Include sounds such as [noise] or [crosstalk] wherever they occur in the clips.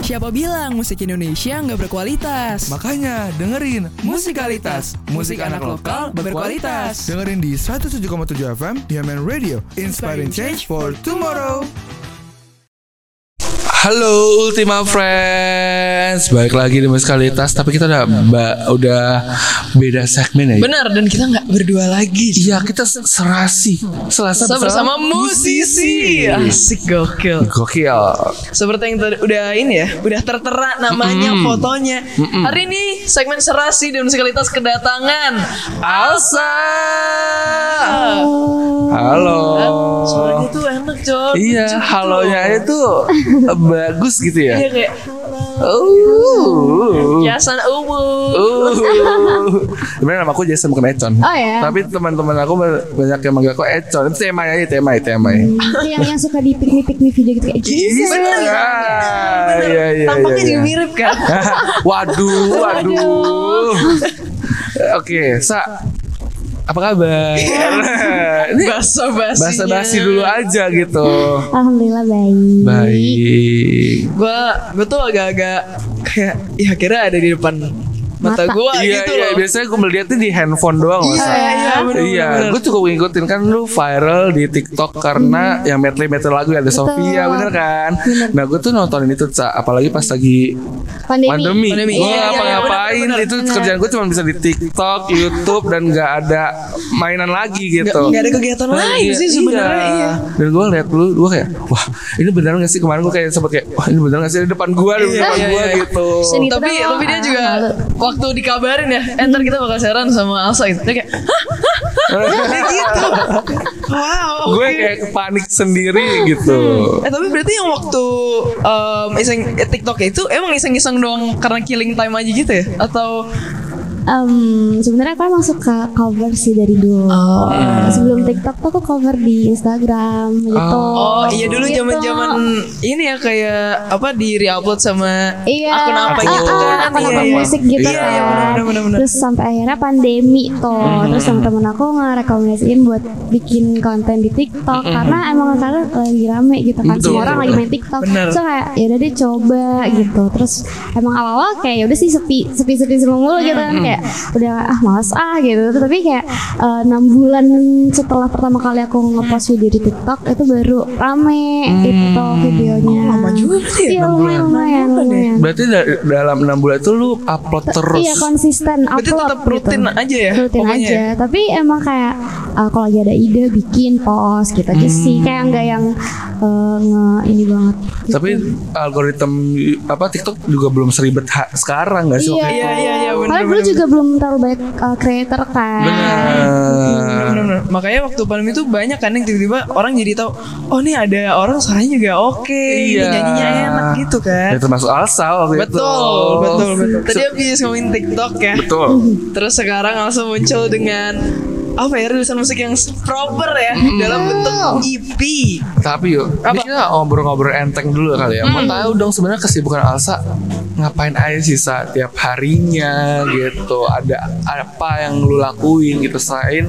Siapa bilang musik Indonesia nggak berkualitas? Makanya dengerin Musikalitas, musik anak lokal berkualitas. Dengerin di 107,7 FM Diamond Radio, inspiring change for tomorrow. Halo Ultima Friends, balik lagi di Musikalitas tapi kita udah ba- udah beda segmen ya. Benar, dan kita nggak berdua lagi. Iya, kita se- serasi. Selasa Kita bersama musisi. Asik gokil. Gokil. Seperti yang tadi- udah ini ya, udah tertera namanya, fotonya. Hari ini segmen serasi dan musikalitas kedatangan. Alsa. Oh. Halo. Suaranya tuh enak, Cok. Iya, halonya itu bagus gitu gitu Iya ya. kayak Oh. hiasan umum. Uh. [laughs] Sebenarnya nama aku Jason bukan Econ. Oh, ya? Tapi teman-teman aku banyak yang manggil aku Econ. Itu TMI aja, TMI, TMI. Itu yang yang suka di piknik piknik video gitu kayak Iya, Jesus. iya, iya, iya. Tampaknya iya. juga mirip kan? [laughs] waduh, waduh. Oke, Sa. Apa kabar? Iya. [laughs] Ini Basa-basi. bahasa Iya. basi dulu aja gitu. Alhamdulillah baik. Baik. gua gua tuh agak-agak kayak ya kira ada di depan mata, Mata. gua Iya, gitu iya. loh. Biasanya aku melihatnya di handphone doang. Mas. iya, bener, Iya, bener. gue cukup ngikutin kan lu viral di TikTok karena Iya. yang medley medley lagu ada Sofia, bener kan? Nah, gue tuh nontonin itu, Ca. apalagi pas lagi Pandemi. pandemi. Pandemi. Gue Iya, ngapa iya, ngapain bener, bener, itu kerjaan gue cuma bisa di TikTok, YouTube dan nggak ada mainan lagi Nggak- gitu. nggak ada kegiatan lain Iya, sih sebenarnya. iya. Iya. Dan gue liat lu, gue kayak, wah ini bener gak sih kemarin gue kayak sempet kayak, wah ini bener gak sih di depan gue, di Iya, depan iya, gue iya. gitu. Sini. Itu tapi kan tapi dia lo- juga ah, lo- waktu dikabarin ya, eh, ntar kita bakal siaran sama Alsa gitu. Dia kayak, hah, Dia gitu. wow. gue kayak panik sendiri gitu. Eh tapi berarti yang waktu em, iseng eh, TikTok itu emang iseng-iseng doang karena killing time aja gitu ya? Atau Em, sebenarnya aku emang suka cover sih dari dulu. Oh. Sebelum TikTok tuh aku cover di Instagram gitu. oh iya dulu Gitu. zaman-zaman ini ya kayak apa di reupload sama Iya, akun apa ah, gitu ah, kan? akun Iya, apa iya. musik gitu Iya, kan. iya, benar, benar, Mm-hmm. benar. Terus sampai akhirnya pandemi tuh, terus teman-teman aku ngerekomendasiin buat bikin konten di TikTok Mm-hmm. karena emang sekarang lagi rame gitu kan, Betul. semua orang lagi main TikTok. Benar. Mm-hmm. So kayak ya udah deh coba gitu. Terus emang awal-awal kayak ya udah sih sepi, sepi, sepi semua mulu gitu kan Mm-hmm. kayak udah ah males ah gitu. Tapi kayak eh, enam bulan setelah pertama kali aku ngepost video di TikTok itu baru rame gitu videonya. Lama Mm-hmm. juga berarti ya, Iya enam bulan. lumayan, lumayan, lumayan. Berarti da- dalam enam bulan itu lu upload terus. Iya kan. konsisten upload Berarti tetap rutin gitu. aja ya? rutin pokoknya aja ya? tapi emang kayak uh, kalau lagi ada ide bikin post gitu aja sih Hmm. kayak nggak yang uh, nge ini banget gitu. Tapi algoritma apa TikTok juga belum seribet ha- sekarang gak sih? iya Iya, iya, iya, bener, Padahal dulu bener, juga belum terlalu banyak uh, creator kan Benar. Bener-bener. Makanya waktu pandemi itu banyak kan yang tiba-tiba orang jadi tahu, oh nih ada orang suaranya juga oke, ini nyanyinya Iya. enak gitu Iya. Ya, kan. termasuk Alsa waktu itu. Betul, betul, betul. Tadi habis ngomongin TikTok ya. Betul. Terus sekarang langsung muncul dengan apa ya rilisan musik yang proper ya dalam bentuk E EP. Tapi yuk, ini kita ngobrol-ngobrol enteng dulu kali ya. Mau tahu dong sebenarnya kesibukan Alsa ngapain aja sih Sa tiap harinya gitu. Ada apa yang lu lakuin gitu selain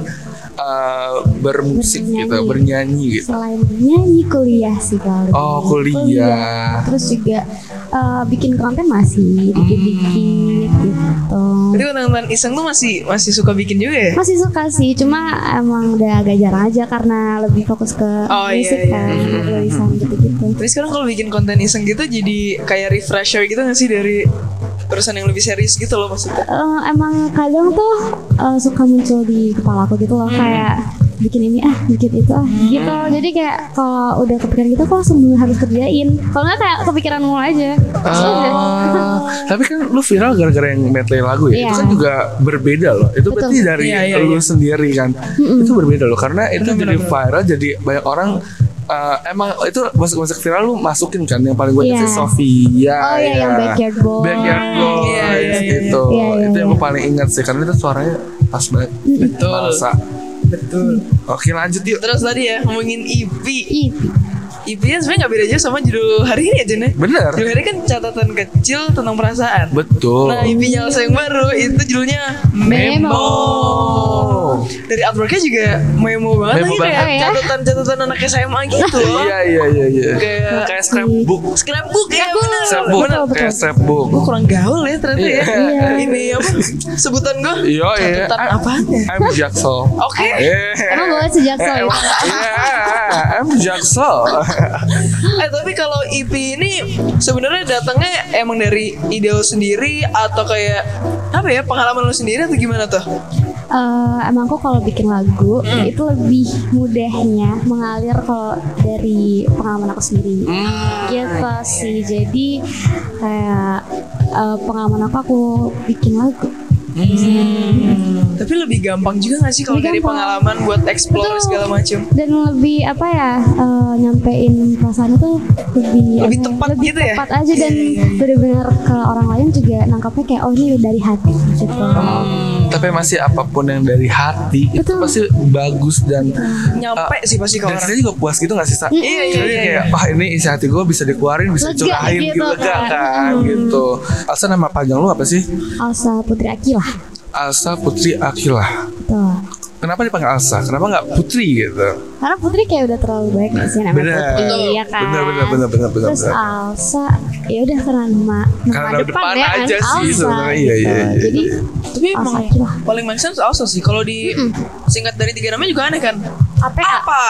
eh, bermusik gitu, bernyanyi gitu. selain nyanyi kuliah sih kali Oh, kuliah. terus juga uh, bikin konten masih dikit-dikit gitu Jadi konten-konten iseng tuh masih masih suka bikin juga ya. masih suka sih cuma emang udah agak jarang aja karena lebih fokus ke Oh, iya, musik iya. kan tulisan gitu-gitu Tapi sekarang kalau bikin konten iseng gitu jadi kayak refresher gitu nggak sih dari urusan yang lebih serius gitu loh maksudnya. Eh, emang kadang tuh eh, suka muncul di kepala aku gitu loh Hmm. kayak bikin ini ah bikin itu ah gitu jadi kayak kalau udah kepikiran gitu aku langsung harus kerjain kalau nggak kayak kepikiran mulu aja Oh. Ah, [laughs] tapi kan lu viral gara-gara yang medley lagu ya. Itu Oh. Iya. kan juga berbeda loh. Itu berarti dari Iya, iya, lu sendiri kan. Itu berbeda loh karena itu jadi viral jadi banyak orang eh, emang itu musik-musik viral lu masukin kan yang paling gue Iya. sih Sofia Oh, iya, yang Backyard Boys. Backyard Boys Iya, iya, iya. gitu Iya, iya, itu yang iya. gue paling ingat sih karena itu suaranya pas banget Betul. Masa. Betul. oke lanjut yuk Terus tadi ya ngomongin EP. Ih, EP nya sebenarnya nggak beda aja sama judul hari ini aja nih. bener Judul hari kan catatan kecil tentang perasaan. betul Nah, EP nya Elsa yang baru itu judulnya Memo. Oh. Memo. dari artworknya juga memo banget Memo lagi kayak banget. catatan-catatan anak SMA gitu loh. Iya iya iya iya. Kayak- kayak scrapbook. Scrapbook ya bener. Scrapbook Bener. betul. kayak scrapbook. Gue kurang gaul ya ternyata Iya. ya. Iya. Ini apa sebutan gue? Iya iya. Catatan apaan ya? I'm Jaksel. Oke. Yeah. Emang ya? bawa sejak soal Emang- Yeah, I'm Jaksel. Eh tapi kalau EP ini sebenarnya datangnya emang dari ide lo sendiri atau kayak apa ya pengalaman lo sendiri atau gimana tuh? Eh, emang aku kalau bikin lagu itu lebih mudahnya mengalir kalau dari pengalaman aku sendiri gitu sih jadi kayak eh, pengalaman aku aku bikin lagu Tapi lebih gampang juga gak sih kalau dari Lebih gampang. pengalaman buat explore Betul. segala macam? dan lebih apa ya eh, nyampein perasaan itu lebih Lebih apa tepat gitu ya? tepat aja dan benar-benar ke orang lain juga nangkapnya kayak oh ini dari hati gitu Hmm, tapi masih apapun yang dari hati itu Betul. pasti bagus dan Nyampe sih pasti ke dan orang. kita juga puas gitu gak sih Sa? Iya, iya, Jadi iya, kayak wah ini isi hati gue bisa dikeluarin bisa Lega dicurahin gitu gitu, lega kan. kan Hmm. gitu Alsa nama panjang lu apa sih? Alsa Putri gitu. Akilah Alsa Putri Akilah tuh Kenapa dipanggil Alsa? Kenapa nggak Putri gitu? Karena Putri kayak udah terlalu baik gak sih nama Bener. Putri ya kan. Bener, bener, bener, bener, bener, Terus bener. Alsa ya udah karena nama nama Karena nama depan ya kan, aja sih Alsa, sebenarnya, iya, gitu. iya, iya, iya. Jadi Tapi emang Alsa Akilah. paling make sense Alsa sih. Kalau di singkat dari tiga nama juga aneh kan? apa ya? Apa?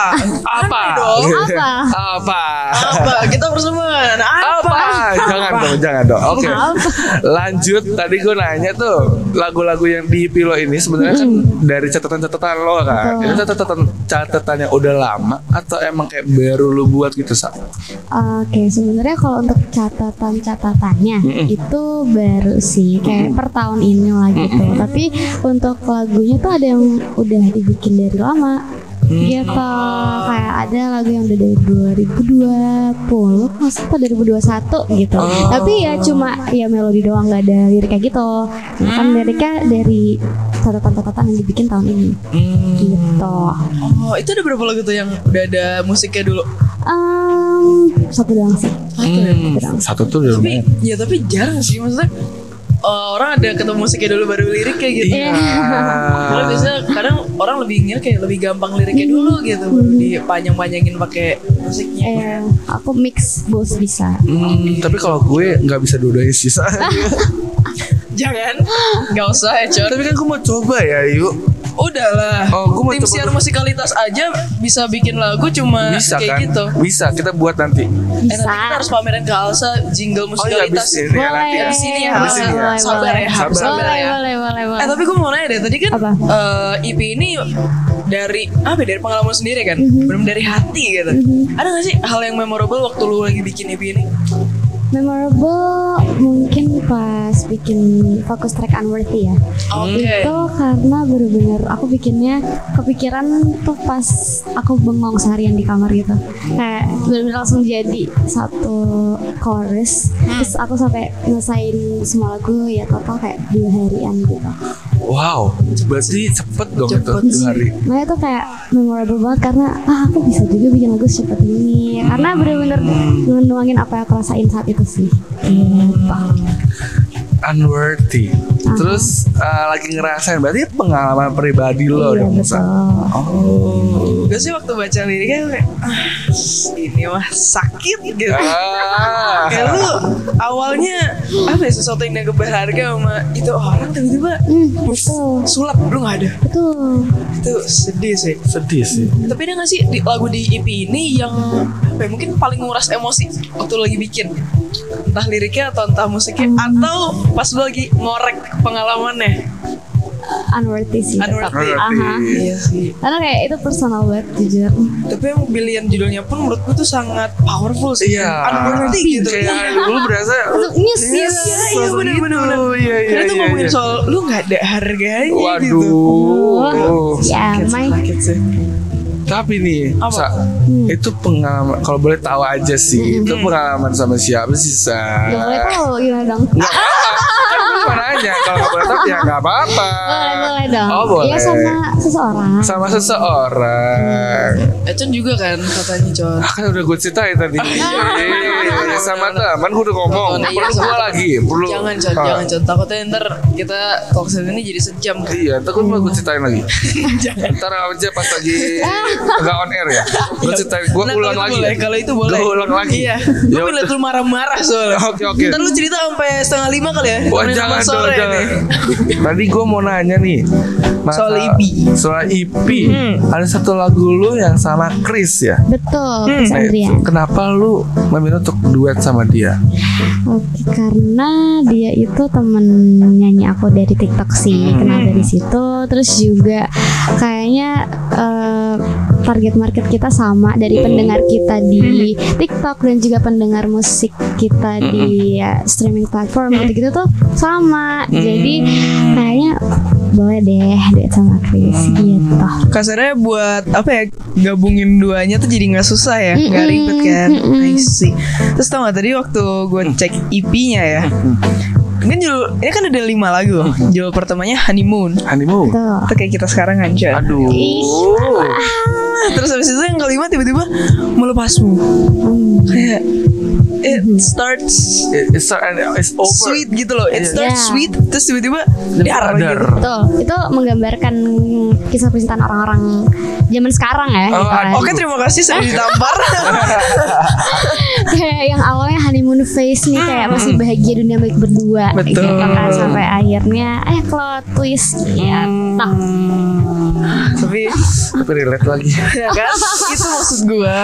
Apa? Iya. Aneh dong. Apa? Apa? Apa? Kita berseman. Apa? Apa? Jangan dong, jangan dong. Oke. Apa? Lanjut, tadi gue nanya tuh lagu-lagu yang di pilo ini sebenarnya kan dari catatan-catatan lo kan. Betul. Itu catatan catatan yang udah lama atau emang kayak baru lo buat gitu sa? Oke, sebenarnya kalau untuk catatan-catatannya itu baru sih kayak per tahun ini lah gitu. Tapi untuk lagunya tuh ada yang udah dibikin dari lama. Gitu, kayak ada lagu yang udah dari 2020 masa apa 2021 gitu. Tapi ya cuma ya melodi doang nggak ada liriknya gitu. Kan liriknya dari catatan-catatan yang dibikin tahun ini. Gitu. Oh, itu ada berapa lagu tuh yang udah ada musiknya dulu? Em, satu doang sih. Mm. Hmm, doang. satu tuh udah Tapi lumayan. ya tapi jarang sih maksudnya eh, orang ada ketemu musiknya dulu baru liriknya gitu. Iya. Ah, Kalau biasanya kadang orang lebih ingin kayak lebih gampang liriknya dulu gitu baru dipanjang-panjangin pakai musiknya. Eh, aku mix both bisa. Hmm, tapi kalau gue nggak bisa dua-duanya sih Sa. Jangan, Ya kan? nggak usah ya Cor. tapi kan gue mau coba ya yuk. Udahlah. Oh, gua mau Tim coba- siar musikalitas aja bisa bikin lagu cuma Bisa kayak kan? gitu. Bisa kita buat nanti. Eh, nanti kita Bisa. harus pamerin ke Alsa jingle Oh iya musikalitas. abis ini ya nanti. ya. Abis ini ya, Abis ini ya. boleh, Sabar boleh. ya, Ham, sabar boleh, ya. boleh, boleh, boleh. Eh tapi gue mau nanya deh tadi kan Apa? eh, EP ini dari apa ya, dari pengalaman sendiri kan, belum dari hati gitu. Ada gak sih hal yang memorable waktu lu lagi bikin EP ini? Memorable mungkin pas bikin fokus track Unworthy ya. Oke. Itu karena bener-bener aku bikinnya kepikiran tuh pas aku bengong seharian di kamar gitu. Kayak bener-bener langsung jadi satu chorus. Hmm. Terus aku sampai ngesain semua lagu ya total kayak dua harian gitu. Wow, berarti cepet dong itu dua hari. Makanya tuh kayak memorable banget karena ah aku bisa juga bikin lagu seperti ini karena bener-bener menuangin apa yang aku rasain saat itu sih. unworthy. Terus uh, lagi ngerasain berarti pengalaman pribadi lo Iya dong, betul. Sa. Oh. Gue sih waktu baca liriknya kayak ah, ini mah sakit gitu. Ah. Kayak lu awalnya apa ya sesuatu yang dianggap berharga sama itu orang tiba-tiba Hmm, betul, sulap lu gak ada. betul. Itu sedih sih. Sedih sih. Tapi ada gak sih di, lagu di EP ini yang apa ya, mungkin paling nguras emosi waktu lu lagi bikin? Entah liriknya atau entah musiknya Atau pas lu lagi ngorek pengalamannya Unworthy sih. Unworthy. Aha. Unworthy. Iya sih Karena kayak itu personal banget jujur. Tapi yang pilihan judulnya pun menurut gue tuh sangat powerful sih Iya. Unworthy gitu Kayak dulu berasa Untuk news Iya, news. iya, iya, bener, bener, bener. Iya, iya, Karena tuh iya, ngomongin iya. soal lu gak ada harganya gitu Waduh. Ya, Sakit sih, my sakit sih Tapi nih, Apa? Sa, itu pengalaman kalau boleh tahu aja sih, itu pengalaman sama siapa sih, Sa? Gak boleh tahu gimana dong? Nggak apa-apa. Kan gue cuma nanya kalau nggak boleh tahu ya nggak apa-apa. Boleh boleh dong. Oh, boleh. Iya sama seseorang. Sama seseorang. Hmm. Econ juga kan katanya Con. Ah, kan udah gue ceritain tadi. Iya, Eh, sama teman gue udah ngomong. Iya, Perlu sama gue teman. lagi, perlu. Jangan Con, Ah, jangan Con. Takutnya ntar kita talkshow ini jadi sejam kan. Iya, ntar gue gue ceritain [laughs] lagi. Ntar aja pas lagi nggak on air ya. Gue ceritain, gue Nah, ulang kalau itu lagi. ya. Boleh, kalau itu boleh. Gue ulang lagi. Iya. Ya Gue udah. minta lu marah-marah soalnya. Oke, oke. Ntar lu cerita sampai setengah lima kali ya. Wah Sampai jangan dong, sore jangan. nih. Tadi gue mau nanya nih Soal E Hmm. masalah- IP. Soal IP Ada satu lagu lu yang sama Chris ya Betul, Chris Nah, Andrea. itu. Kenapa lu memilih untuk duet sama dia? Oke, karena dia itu temen nyanyi aku dari TikTok sih, kenal dari situ. Terus juga kayaknya eh, target market kita sama dari pendengar kita di TikTok dan juga pendengar musik kita di ya, streaming platform gitu gitu tuh sama. Jadi kayaknya boleh deh duet sama Chris gitu. Kasarnya buat apa ya gabungin duanya tuh jadi nggak susah ya, nggak Mm-mm, ribet kan. mm-mm. I see. Terus tau gak tadi waktu gue Mm. cek EP-nya ya. Ini judul, ini kan ada lima lagu. loh. Judul pertamanya Honeymoon. Honeymoon Tuh. Itu kayak kita sekarang aja. Ah, Aduh Ih. Terus habis itu yang kelima tiba-tiba melepasmu. Hmm. Kayak it starts It- It's, it's over sweet gitu loh. It Iya. starts Yeah. sweet terus tiba-tiba dar Dar. gitu. Betul, itu menggambarkan kisah percintaan orang-orang zaman sekarang ya. Oh, gitu kan. aduh. Oke terima kasih sudah [laughs] ditampar. kayak [laughs] yang awalnya honeymoon phase nih kayak Hmm. masih bahagia dunia baik berdua Betul. gitu kan sampai akhirnya eh plot twist ya tak Hmm. Tapi Tapi relate lagi ya kan itu maksud gua.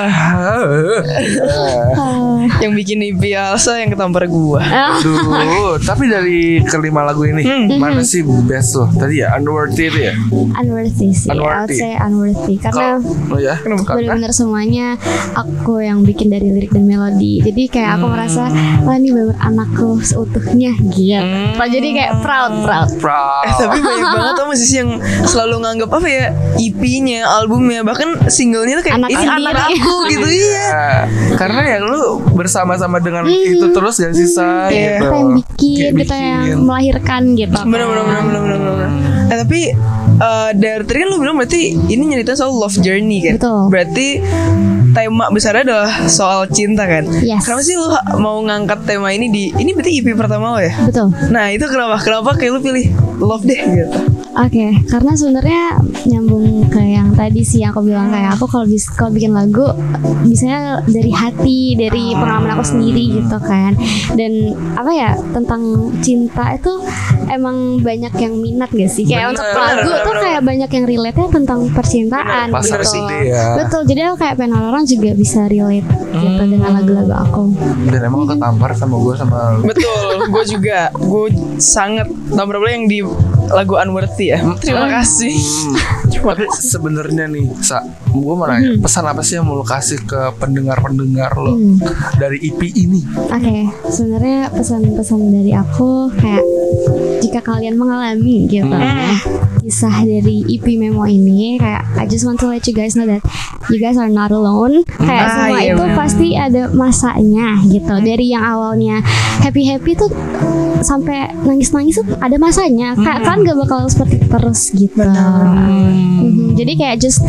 Nah. [laughs] Yang bikin Ibi Alsa yang ketampar gua. Ah, [laughs] Aduh Tapi dari kelima lagu ini Hmm. Mana sih best lo? Tadi ya Unworthy itu ya? unworthy sih I would Unworthy. say unworthy karena Oh ya? Karena benar-benar semuanya aku yang bikin dari lirik dan melodi jadi kayak Hmm. aku merasa wah ini bener anakku seutuhnya gitu Hmm. jadi kayak proud proud Proud Eh, tapi banyak banget tau musisi yang selalu nganggap apa ya EP-nya, albumnya, bahkan singlenya tuh kayak Anak ini sendiri." anak aku gitu iya. Ya, karena ya lu bersama-sama dengan itu terus gak sih Iya. Sa? gitu. kita yang bikin ya, Kayak kita yang bikin. melahirkan gitu kan. Bener bener bener bener bener. bener. Eh, tapi eh, dari tadi kan lu bilang berarti ini nyeritain soal love journey kan? Betul. Berarti tema besarnya adalah soal cinta kan? Yes. Kenapa sih lu ha- mau ngangkat tema ini di ini berarti EP pertama lo ya? betul Nah itu kenapa? Kenapa kayak lu pilih love deh gitu? Oke, karena sebenarnya nyambung ke yang tadi sih yang aku bilang kayak aku kalau bis kalau bikin lagu biasanya dari hati, dari pengalaman aku sendiri gitu kan. Dan apa ya tentang cinta itu emang banyak yang minat gak sih? Kayak untuk Bener, lagu bener, tuh bener. kayak banyak yang relate nya tentang percintaan Bener, pasar gitu. sih iya. dia. Betul, jadi aku kayak pengen orang juga bisa relate gitu Hmm. dengan lagu-lagu aku. Dan emang lo ketampar kan sama gue sama lu. Betul, [laughs] gue juga. Gue sangat nomor berapa yang di lagu Unworthy ya. Terima kasih. Tapi sebenarnya nih, Sa, gue mau nanya, pesan apa sih yang mau lo kasih ke pendengar-pendengar lo dari IP ini? Oke, sebenarnya pesan-pesan dari aku kayak jika kalian mengalami Hmm. gitu kisah dari EP Memo ini kayak I just want to let you guys know that you guys are not alone. Kayak Ah, semua iya itu bener. pasti ada masanya gitu. Dari yang awalnya happy-happy tuh sampai nangis-nangis tuh ada masanya. Hmm. Kayak kan gak bakal seperti itu terus gitu. Mhm, Jadi kayak just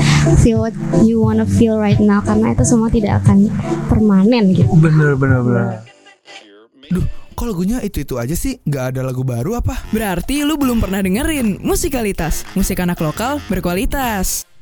feel what you wanna feel right now karena itu semua tidak akan permanen gitu. Bener, bener, bener. Duh, kok lagunya itu-itu aja sih? Gak ada lagu baru apa? Berarti lu belum pernah dengerin musikalitas, musik anak lokal berkualitas.